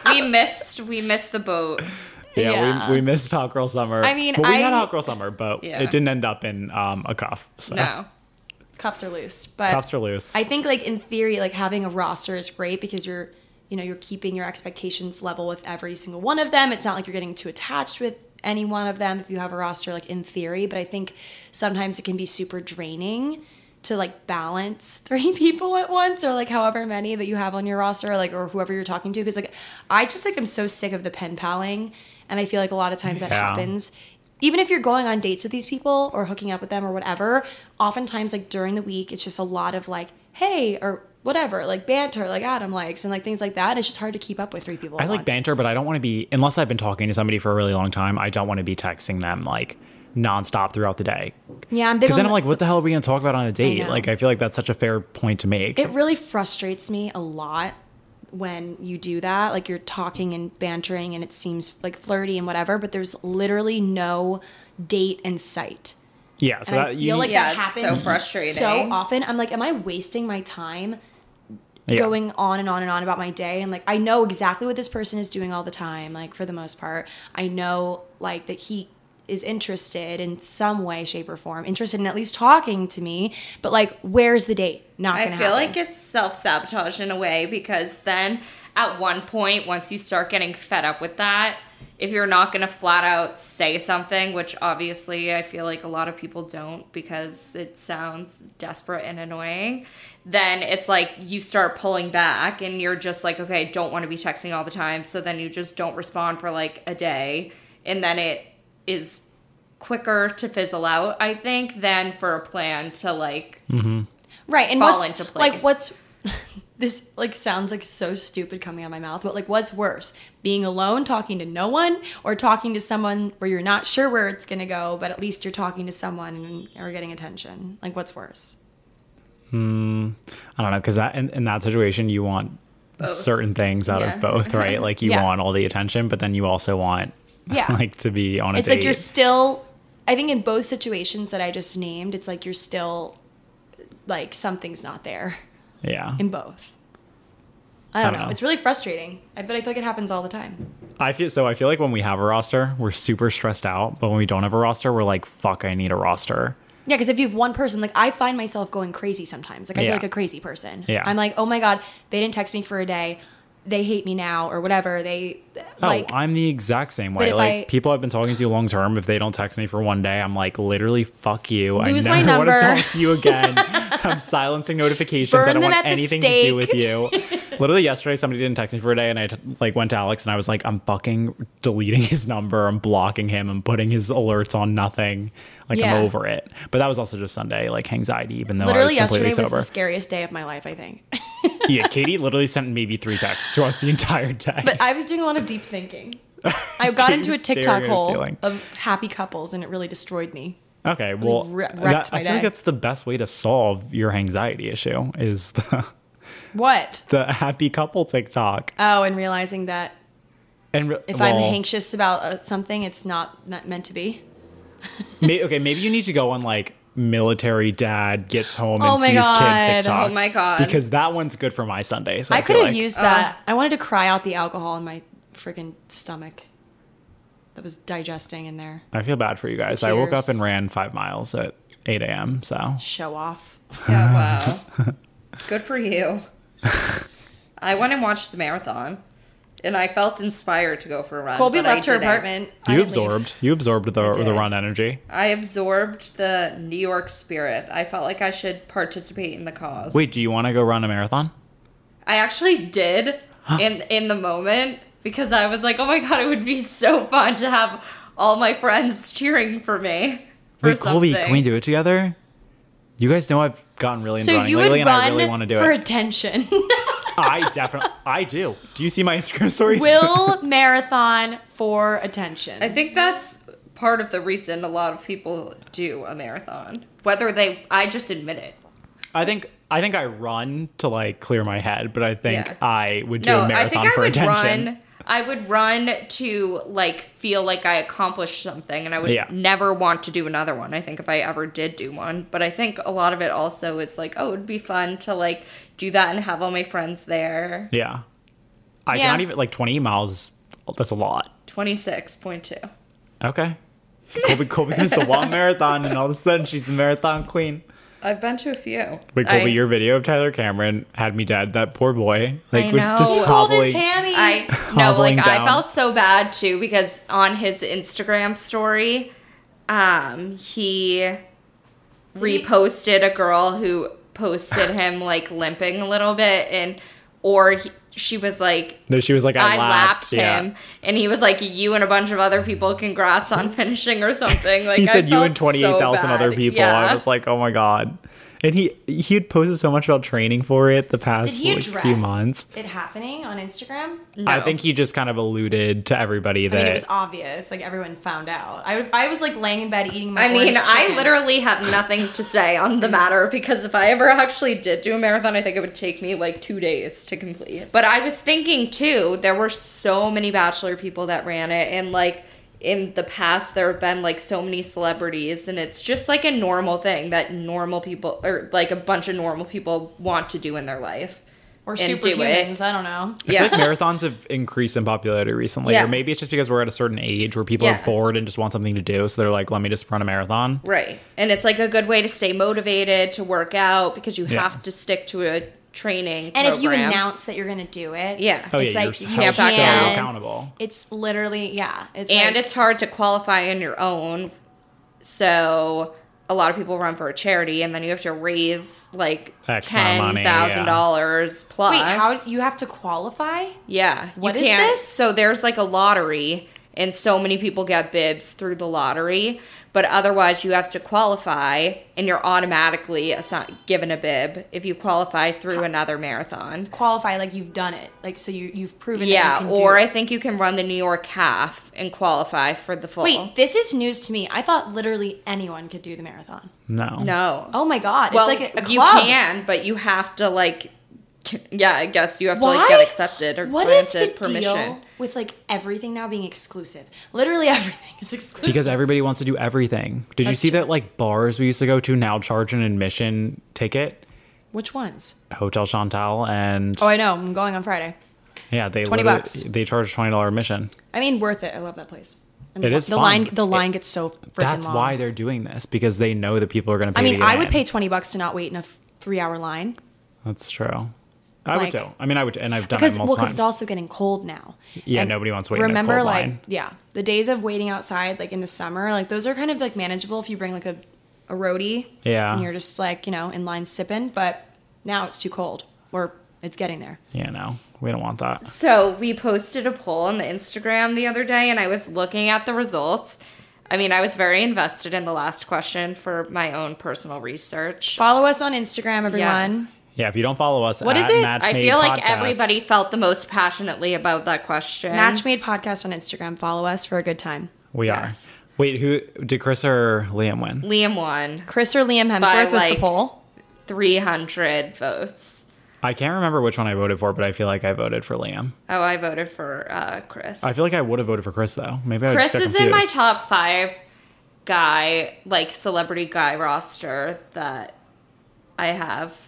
we missed we missed the boat.
yeah,
Yeah.
We, we missed hot girl summer
I mean,
well, we had
I-
hot girl summer but
Yeah.
it didn't end up in um, a cuff so
No.
Cuffs are loose, but
cuffs are loose
I think like in theory, like having a roster is great because you're you know you're keeping your expectations level with every single one of them. It's not like you're getting too attached with any one of them if you have a roster like in theory, but I think sometimes it can be super draining to like balance three people at once or like however many that you have on your roster or like or whoever you're talking to because like I just like I'm so sick of the pen paling and I feel like a lot of times that
Yeah.
happens even if you're going on dates with these people or hooking up with them or whatever, oftentimes like during the week it's just a lot of like, hey, or whatever, like banter, like Adam likes and like things like that. It's just hard to keep up with three people.
I
at
like
once.
banter, but I don't want to be unless I've been talking to somebody for a really long time. I don't want to be texting them like nonstop throughout the day.
Yeah, I'm big
Because
on
then I'm
the-
like, what the hell are we going to talk about on a date?
know.
like, I feel like that's such a fair point to make.
It really frustrates me a lot when you do that. Like you're talking and bantering and it seems like flirty and whatever, but there's literally no date in sight.
yeah, so
And I
that
feel
you
like
need-
Yeah,
that
it's so
happens
frustrating.
so often. I'm like, am I wasting my time
yeah.
going on and on and on about my day and like I know exactly what this person is doing all the time like for the most part I know like that he is interested in some way shape or form interested in at least talking to me but like where's the date not
I
gonna
feel
happen.
like it's self sabotage in a way because then at one point, once you start getting fed up with that, if you're not going to flat out say something, which obviously I feel like a lot of people don't because it sounds desperate and annoying, then it's like you start pulling back and you're just like, okay, I don't want to be texting all the time. So then you just don't respond for like a day. And then it is quicker to fizzle out, I think, than for a plan to like
right and
fall
what's
into place.
like what's this like sounds like so stupid coming out of my mouth but like what's worse being alone talking to no one or talking to someone where you're not sure where it's going to go but at least you're talking to someone and are getting attention like what's worse
I don't know because that in, in that situation you want certain things out
Yeah.
of both, right? Like you
Yeah.
want all the attention, but then you also want
Yeah.
like to be on a
it's
date.
like you're still i think in both situations that i just named it's like you're still like something's not there
yeah.
in both i don't,
don't
know.
know.
it's really frustrating I but i feel like it happens all the time
I feel so. I feel like when we have a roster, we're super stressed out, but when we don't have a roster, we're like, "Fuck, I need a roster."
yeah because if you have one person like i find myself going crazy sometimes like i feel
Yeah.
like a crazy person
Yeah.
i'm like oh my god they didn't text me for a day they hate me now or whatever they
Oh,
like
I'm the exact same way.
if
Like
I-
people I've been talking to long term, if they don't text me for one day, I'm like, literally, fuck you.
Lose
I
my
never want
number.
to talk to you again. I'm silencing notifications.
Burn
I don't
them
want
at the
anything to do with you. literally yesterday, somebody didn't text me for a day, and I t- like went to Alex and I was like, I'm fucking deleting his number. I'm blocking him. I'm putting his alerts on nothing. Like
Yeah.
I'm over it. But that was also just Sunday, like anxiety, even though
literally
I was completely
yesterday was
sober.
the scariest day of my life i think
yeah, Katie literally sent maybe three texts to us the entire day.
But I was doing a lot of deep thinking. I got
Katie
into a
was staring
TikTok
at the
hole
ceiling.
of happy couples, and it really destroyed me.
Okay, well,
re- wrecked
that-
my
I feel like
day.
that's the best way to solve your anxiety issue is the,
What?
the happy couple TikTok.
Oh, and realizing that
And re-
if
well,
I'm anxious about uh, something, it's not not meant to be.
may- okay, maybe you need to go on like military dad gets home and
Oh my
sees
God.
kid TikTok.
Oh my God.
Because that one's good for my Sundays. I,
I
feel
could have
like.
Oh.
used that. I wanted to cry out the alcohol in my freaking stomach that was digesting in there.
I feel bad for you guys. I woke up
Tears.
and ran five miles at 8 a.m. So
Show off.
Yeah, Oh, wow. Good for you. I went and watched the marathon, and I felt inspired to go for a run.
Colby
but I
left her
didn't.
apartment. I
you
didn't
absorbed. You absorbed the
did.
the run energy.
I absorbed the New York spirit. I felt like I should participate in the cause.
Wait, do you want to go run a marathon?
I actually did in in the moment because I was like, oh my god, it would be so fun to have all my friends cheering for me. for
Wait, Colby, can
something.
we do it together? You guys know I've gotten really
leave.
into
So
running
you would
lately,
run
and I really want to do
for
it.
attention.
I definitely, I do. Do you see my Instagram stories?
Will marathon for attention.
I think that's part of the reason a lot of people do a marathon. Whether they, I just admit it.
I think I think I run to like clear my head, but I think
Yeah.
I would do
No,
a
I
marathon
think I
for
would
attention.
run. I would run to like feel like I accomplished something, and I would
Yeah.
never want to do another one. I think if I ever did do one, but I think a lot of it also is like, oh, it'd be fun to like do that and have all my friends there.
Yeah, I
Yeah.
cannot even like twenty miles. is- That's a lot.
Twenty six point two.
Okay. Colby, Colby goes to one marathon, and all of a sudden she's the marathon queen.
I've been to a few.
Wait,
I,
Colby, your video of Tyler Cameron had me dead. That poor boy, like,
I
would
know.
just
He
Hold
hobbling.
his hammy.
I no,
Hobbling
like I
down.
felt so bad too because on his Instagram story, um, he reposted a girl who posted him like limping a little bit and or he, she was like
No, she was like, I,
I lapped him
Yeah.
and he was like you and a bunch of other people congrats on finishing or something like
he
I
said you
felt
and
so
28,000 other
bad.
people. I
Yeah.
was like, oh my God. And he he had posted so much about training for it the
Did
past
he
like,
address
few months.
it happening on Instagram?
I think he just kind of alluded to everybody
I
that.
mean, it was obvious. Like everyone found out. I, I was like laying in bed eating my.
I mean,
orange
I
chicken.
literally have nothing to say on the matter because if I ever actually did do a marathon, I think it would take me like two days to complete. But I was thinking too, there were so many Bachelor people that ran it, and like in the past, there have been like so many celebrities, and it's just like a normal thing that normal people or like a bunch of normal people want to do in their life.
or
and do it.
superhumans. I don't know.
Yeah.
I feel like marathons have increased in popularity recently,
Yeah.
or maybe it's just because we're at a certain age where people
Yeah.
are bored and just want something to do, so they're like, "Let me just run a marathon."
Right. And it's like a good way to stay motivated to work out because you
Yeah.
have to stick to a training.
And if you
program.
announce that you're going to do it,
Yeah.
Oh, yeah,
it's like
you're
you
held so
can't-
accountable.
It's literally yeah. It's
and
like-
it's hard to qualify on your own. So a lot of people run for a charity, and then you have to raise like
X amount of money,
ten thousand dollars plus.
wait. How you have to qualify?
Yeah. you
What is
can't-
this?
So there's like a lottery, and so many people get bibs through the lottery, but otherwise you have to qualify, and you're automatically assi- given a bib if you qualify through another marathon.
Qualify like you've done it. Like so you you've proven.
Yeah,
that you can
or
do
I
it.
think you can run the New York half and qualify for the full.
wait. This is news to me. I thought literally anyone could do the marathon.
No.
no.
Oh my god!
well,
it's like a, a club.
you can, but you have to like, yeah, I guess you have to like
Why?
get accepted or
What is
granted
the
permission.
deal with like everything now being exclusive? Literally everything is exclusive.
Because everybody wants to do everything. Did you see that like bars we used to go to now charge an admission ticket?
Which ones?
Hotel Chantal and
Oh, I know. I'm going on Friday.
yeah, they
20
literally-
bucks.
they charge twenty dollar admission.
I mean, worth it. I love that place. And
It
the,
is
the
fun.
line. The
It-
line gets so. freaking
That's
long.
why they're doing this because they know that people are going to pay.
I
to
mean,
get
I would
in.
pay twenty bucks to not wait in a three-hour line
That's true. I
Like-
would too. I mean, I would, and I've done
because
it
well,
multiple
because
times.
it's also getting cold now.
Yeah, nobody wants to wait in a
Remember,
cold
like
line.
yeah, the days of waiting outside, like in the summer, like those are kind of like manageable if you bring like a a roadie.
Yeah.
and you're just like you know in line sipping, but now it's too cold or it's getting there.
yeah, no, we don't want that.
So we posted a poll on the Instagram the other day, and I was looking at the results. I mean, I was very invested in the last question for my own personal research.
Follow us on Instagram, everyone.
Yes.
Yeah, if you don't follow us,
What
at
is it?
Match
I
Made
feel like
Podcast-
everybody felt the most passionately about that question.
Match Made Podcast on Instagram. Follow us for a good time.
We
Yes.
are. Wait, who did Chris or Liam win?
Liam won
Chris or Liam Hemsworth
By,
was the
like-
poll.
300 votes.
I can't remember which one I voted for, but I feel like I voted for Liam.
Oh, I voted for uh, Chris.
I feel like I would have voted for Chris though. Maybe I was
Chris
still
is in my
confused.
top five guy, like celebrity guy roster that I have.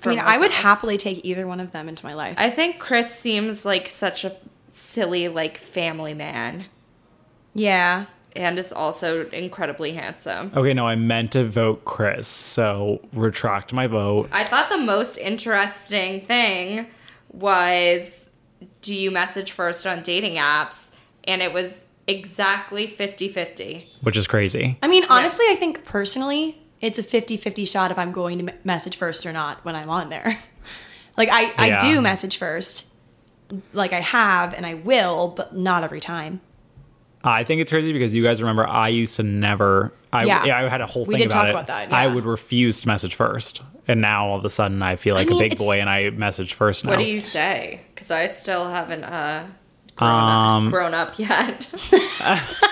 I
for
mean, I would
myself.
happily take either one of them into my life.
I think Chris seems like such a silly, like family man,
yeah.
and is also incredibly handsome.
Okay, no, I meant to vote Chris, so retract my vote.
I thought the most interesting thing was do you message first on dating apps? And it was exactly 50 50.
which is crazy.
I mean, honestly, I think personally, it's a 50 50 shot if I'm going to me- message first or not when I'm on there. like, I, I
Yeah.
do message first. Like, I have and I will, but not every time.
I think it's crazy because you guys remember I used to never. I,
Yeah.
yeah. I had a whole
We
thing
did
about
talk
it.
about that,
I
yeah.
would refuse to message first, and now all of a sudden I feel like
mean,
a big
it's-
boy and I message first now.
What do you say? Because I still haven't uh, grown,
Um,
up, grown up yet.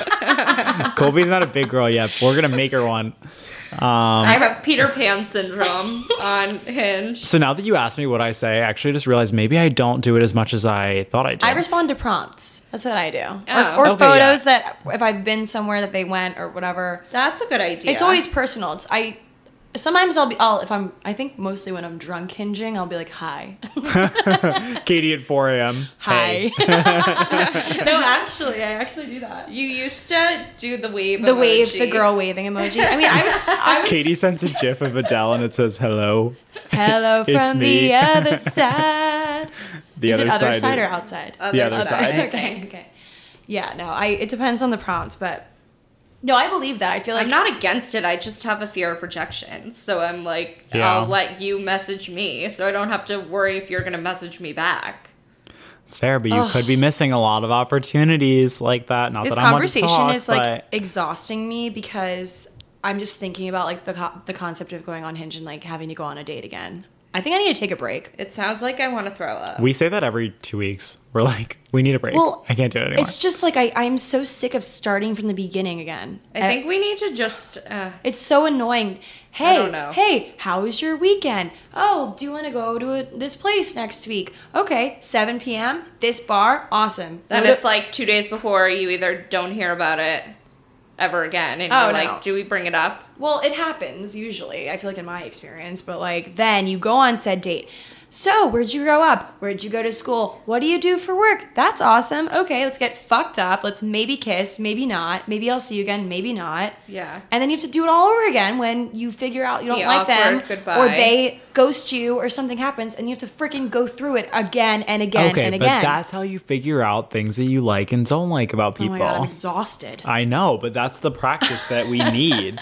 Colby's not a big girl yet. But we're gonna make her one. um,
I have Peter Pan syndrome on Hinge.
So now that you asked me what I say, I actually just realized maybe I don't do it as much as I thought I did.
I respond to prompts. That's what I do.
Oh.
Or, or
Okay, yeah.
photos that if I've been somewhere that they went or whatever.
That's a good idea.
It's always personal. It's, I sometimes I'll be I'll if I'm I think mostly when I'm drunk hinging I'll be like hi
Katie at 4 a.m.
hi. no, actually, I actually do that.
You used to do the wave.
the wave,
emoji.
the girl waving emoji. I mean, I would, I would
Katie sends a gif of Adele and it says hello.
hello
It's
from
me.
the other side.
The
Is
other,
it other side,
side
or outside?
the other side.
I think.
okay. Yeah, no, I. It depends on the prompt, but no, I believe that. I feel like
I'm not against it. I just have a fear of rejection. So I'm like,
Yeah.
I'll let you message me so I don't have to worry if you're going to message me back.
It's fair, but you could be missing a lot of opportunities like that. Not
this
that I'm one to
conversation
talk,
is like
but-
exhausting me because I'm just thinking about like the co- the concept of going on Hinge and like having to go on a date again. I think I need to take a break.
It sounds like I want to throw up.
We say that every two weeks. We're like, we need a break.
Well,
I can't do it anymore.
It's just like I, I'm so sick of starting from the beginning again.
I think we need to just. Uh,
It's so annoying. Hey,
don't know.
hey, how was your weekend? Oh, do you want to go to a, this place next week? Okay, 7 p.m. This bar, awesome.
then
Go to-
it's like two days before you either don't hear about it ever again. And
Oh,
you're
no.
like, do we bring it up?
well, it happens usually. I feel like in my experience, but like then you go on said date. So, where'd you grow up? Where'd you go to school? What do you do for work? That's awesome. Okay, let's get fucked up. Let's maybe kiss, maybe not. Maybe I'll see you again, maybe not.
Yeah.
And then you have to do it all over again when you figure out you don't
The
like them
awkward goodbye.
or they ghost you or something happens and you have to freaking go through it again and again
okay,
and
but
again.
that's how you figure out things that you like and don't like about
oh
people.
my god, I'm exhausted.
I know, but that's the practice that we need.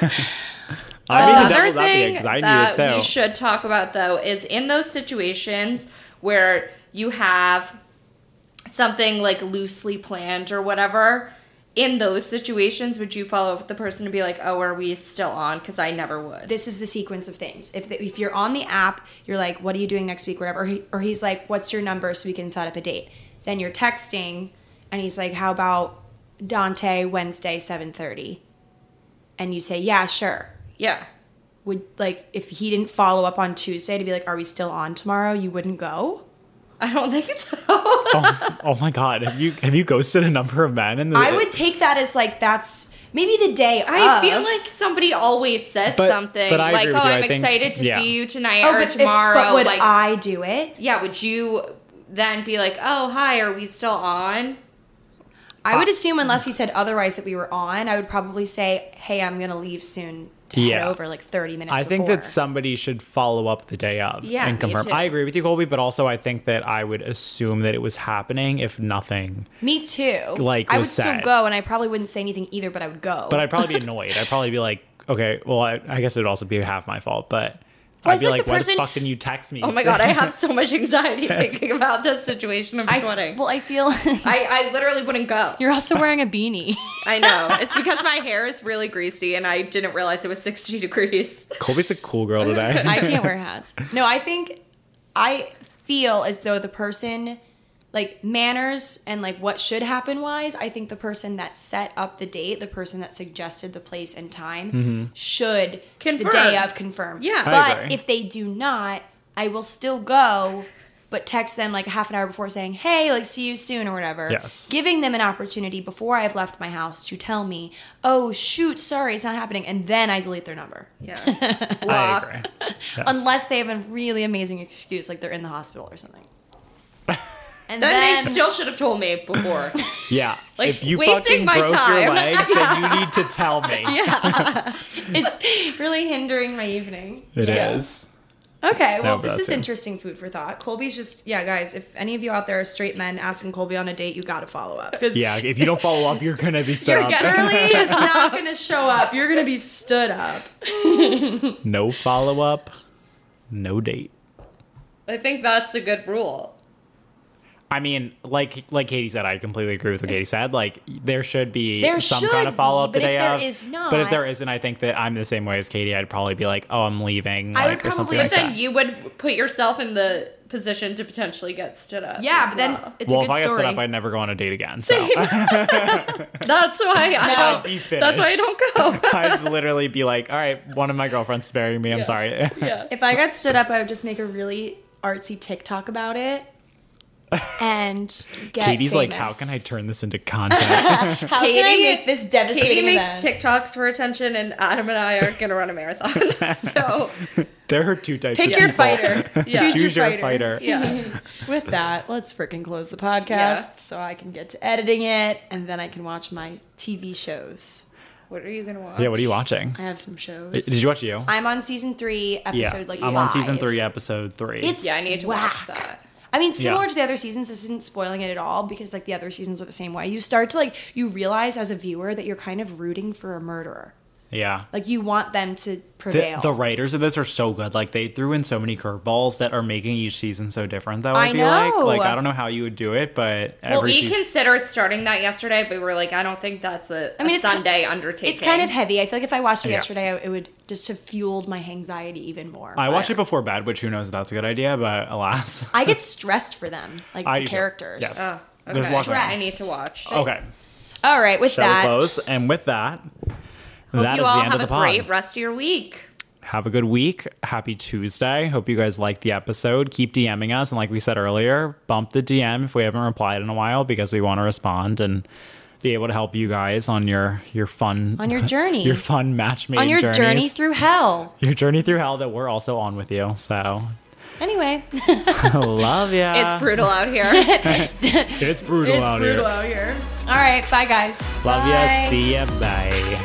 I'm even
Another
devil's advocate
thing
'cause I need
that
it
we
too.
should talk about though is in those situations where you have something like loosely planned or whatever. In those situations, would you follow up with the person and be like, "Oh, are we still on?" Because I never would.
this is the sequence of things. If, if you're on the app, you're like, what are you doing next week, whatever. Or, he, or he's like, what's your number so we can set up a date. Then you're texting, and he's like, how about Dante Wednesday seven thirty? And you say, yeah, sure.
Yeah,
Would like if he didn't follow up on Tuesday to be like, are we still on tomorrow? You wouldn't go.
I don't think so.
oh, oh my god, have you have you ghosted a number of men? And
I would take that as like that's maybe the day.
I
of.
feel like somebody always says
But-
something
but I
like,
agree
"Oh,
with you.
I'm
I think-
excited to
yeah.
see you tonight
oh,
or
but if-
tomorrow."
but would
like,
I do it?
yeah, would you then be like, "Oh, hi, are we still on?"
I
Uh,
would assume, unless he said otherwise that we were on, I would probably say, "Hey, I'm gonna leave soon to head
Yeah.
over like 30 minutes."
I think
before.
that somebody should follow up the day of
Yeah,
and
me
confirm.
too.
I agree with you, Colby, but also I think that I would assume that it was happening if nothing.
me too.
like,
I would
was
still
said.
go, and I probably wouldn't say anything either, but I would go.
But I'd probably be annoyed. I'd probably be like, okay, well, I, I guess it'd also be half my fault, but
Well, I
I'd be
feel
like,
like the
why
person-
the fuck didn't you text me?
Oh my god, I have so much anxiety thinking about this situation. I'm
I-
sweating.
well, I feel
I, I literally wouldn't go.
you're also wearing a beanie.
I know. It's because my hair is really greasy and I didn't realize it was 60 degrees.
Colby's the cool girl today.
I can't wear hats. No, I think I feel as though the person, like manners and like what should happen wise, I think the person that set up the date, the person that suggested the place and time, should the
Confirm.
day of confirm.
Yeah. I
but
agree.
if they do not, I will still go. But text them like half an hour before saying, hey, like, see you soon or whatever.
Yes.
Giving them an opportunity before I've left my house to tell me, oh, shoot, sorry, it's not happening. And then I delete their number
Yeah.
I agree. Yes.
unless they have a really amazing excuse, like they're in the hospital or something. And
Then
then,
they still should have told me before.
yeah.
Like,
if you fucking
wasting my
broke
time.
your legs, then you need to tell me.
it's really hindering my evening.
It is.
Okay, well,
No,
this
that's
is
it.
interesting food for thought. Colby's just, yeah, guys, if any of you out there are straight men asking Colby on a date, you got to follow up. 'Cause
Yeah. If you don't follow up, you're going to be set
You're
up.
Girly is not going to show up. You're going to be stood up.
No follow up, no date.
I think that's a good rule.
I mean, like like Katie said, I completely agree with what Katie said. Like there should be
There
some
should
kind of follow up
be,
the
but if
day
there
of.
is
but
not-
if there isn't, I think that I'm the same way as Katie. I'd probably be like, "Oh, I'm leaving,"
I would
like or something
probably
like
But then
that.
you would put yourself in the position to potentially get stood up.
Yeah,
as
but then
well.
it's
Well,
a
if
good
I got
story.
set up, I'd never go on a date again. So
that's why I
I'd
don't.
be finished.
That's why I don't go.
I'd literally be like, "All right, one of my girlfriends is burying me. I'm sorry."
yeah.
If I got stood up, I would just make a really artsy TikTok about it and get
Katie's like, "How
famous.
can I turn this into content?"
How Katie
Katie-
make this devastating
Katie makes
event?
TikToks for attention, and Adam and I are gonna run a marathon. so
there are two types. of
Pick your
people.
fighter. Choose,
Choose
your,
your
fighter.
fighter.
yeah,
With that, let's freaking close the podcast
Yeah.
so I can get to editing it and then I can watch my TV shows.
what are you gonna watch?
Yeah. What are you watching?
I have some shows.
Did you watch you?
I'm on season three, episode
yeah.
like
I'm on
five.
season three, episode three.
It's
Yeah, I need to watch
whack.
that.
I mean, similar
Yeah.
to the other seasons, this isn't spoiling it at all because like the other seasons are the same way. You start to like you realize as a viewer that you're kind of rooting for a murderer.
yeah.
Like you want them to
The,
prevail.
the writers of this are so good. Like they threw in so many curveballs that are making each season so different. Though I,
I
feel
know.
like, like I don't know how you would do it, but
Well,
every
we
season,
considered starting that yesterday, but we were like, I don't think that's a,
mean,
a
it's ki-
Sunday undertaking.
it's kind of heavy. I feel like if I watched it
Yeah.
yesterday, it would just have fueled my anxiety even more.
I
But
watch it before bed, which who knows if that's a good idea, but alas,
I get stressed for them, like
I
the
do too.
characters.
Yes,
Oh, okay.
there's lots of
I
them.
need to watch.
Okay,
All right, with
show
that,
close, and with that,
Hope
that
you
is
all
the end
have
of the
a
pod.
great rest of your week.
Have a good week. Happy Tuesday. Hope you guys liked the episode. Keep DMing us, and like we said earlier, bump the DM if we haven't replied in a while because we want to respond and be able to help you guys on your your fun
on your journey,
your fun matchmaking
on your journey
journeys.
through hell.
your journey through hell that we're also on with you. So
Anyway,
Love ya.
Ah.
It's brutal out here.
It's brutal
it's
out
brutal
here.
out here. All right, bye guys.
Love
Bye.
ya. See ya. Bye.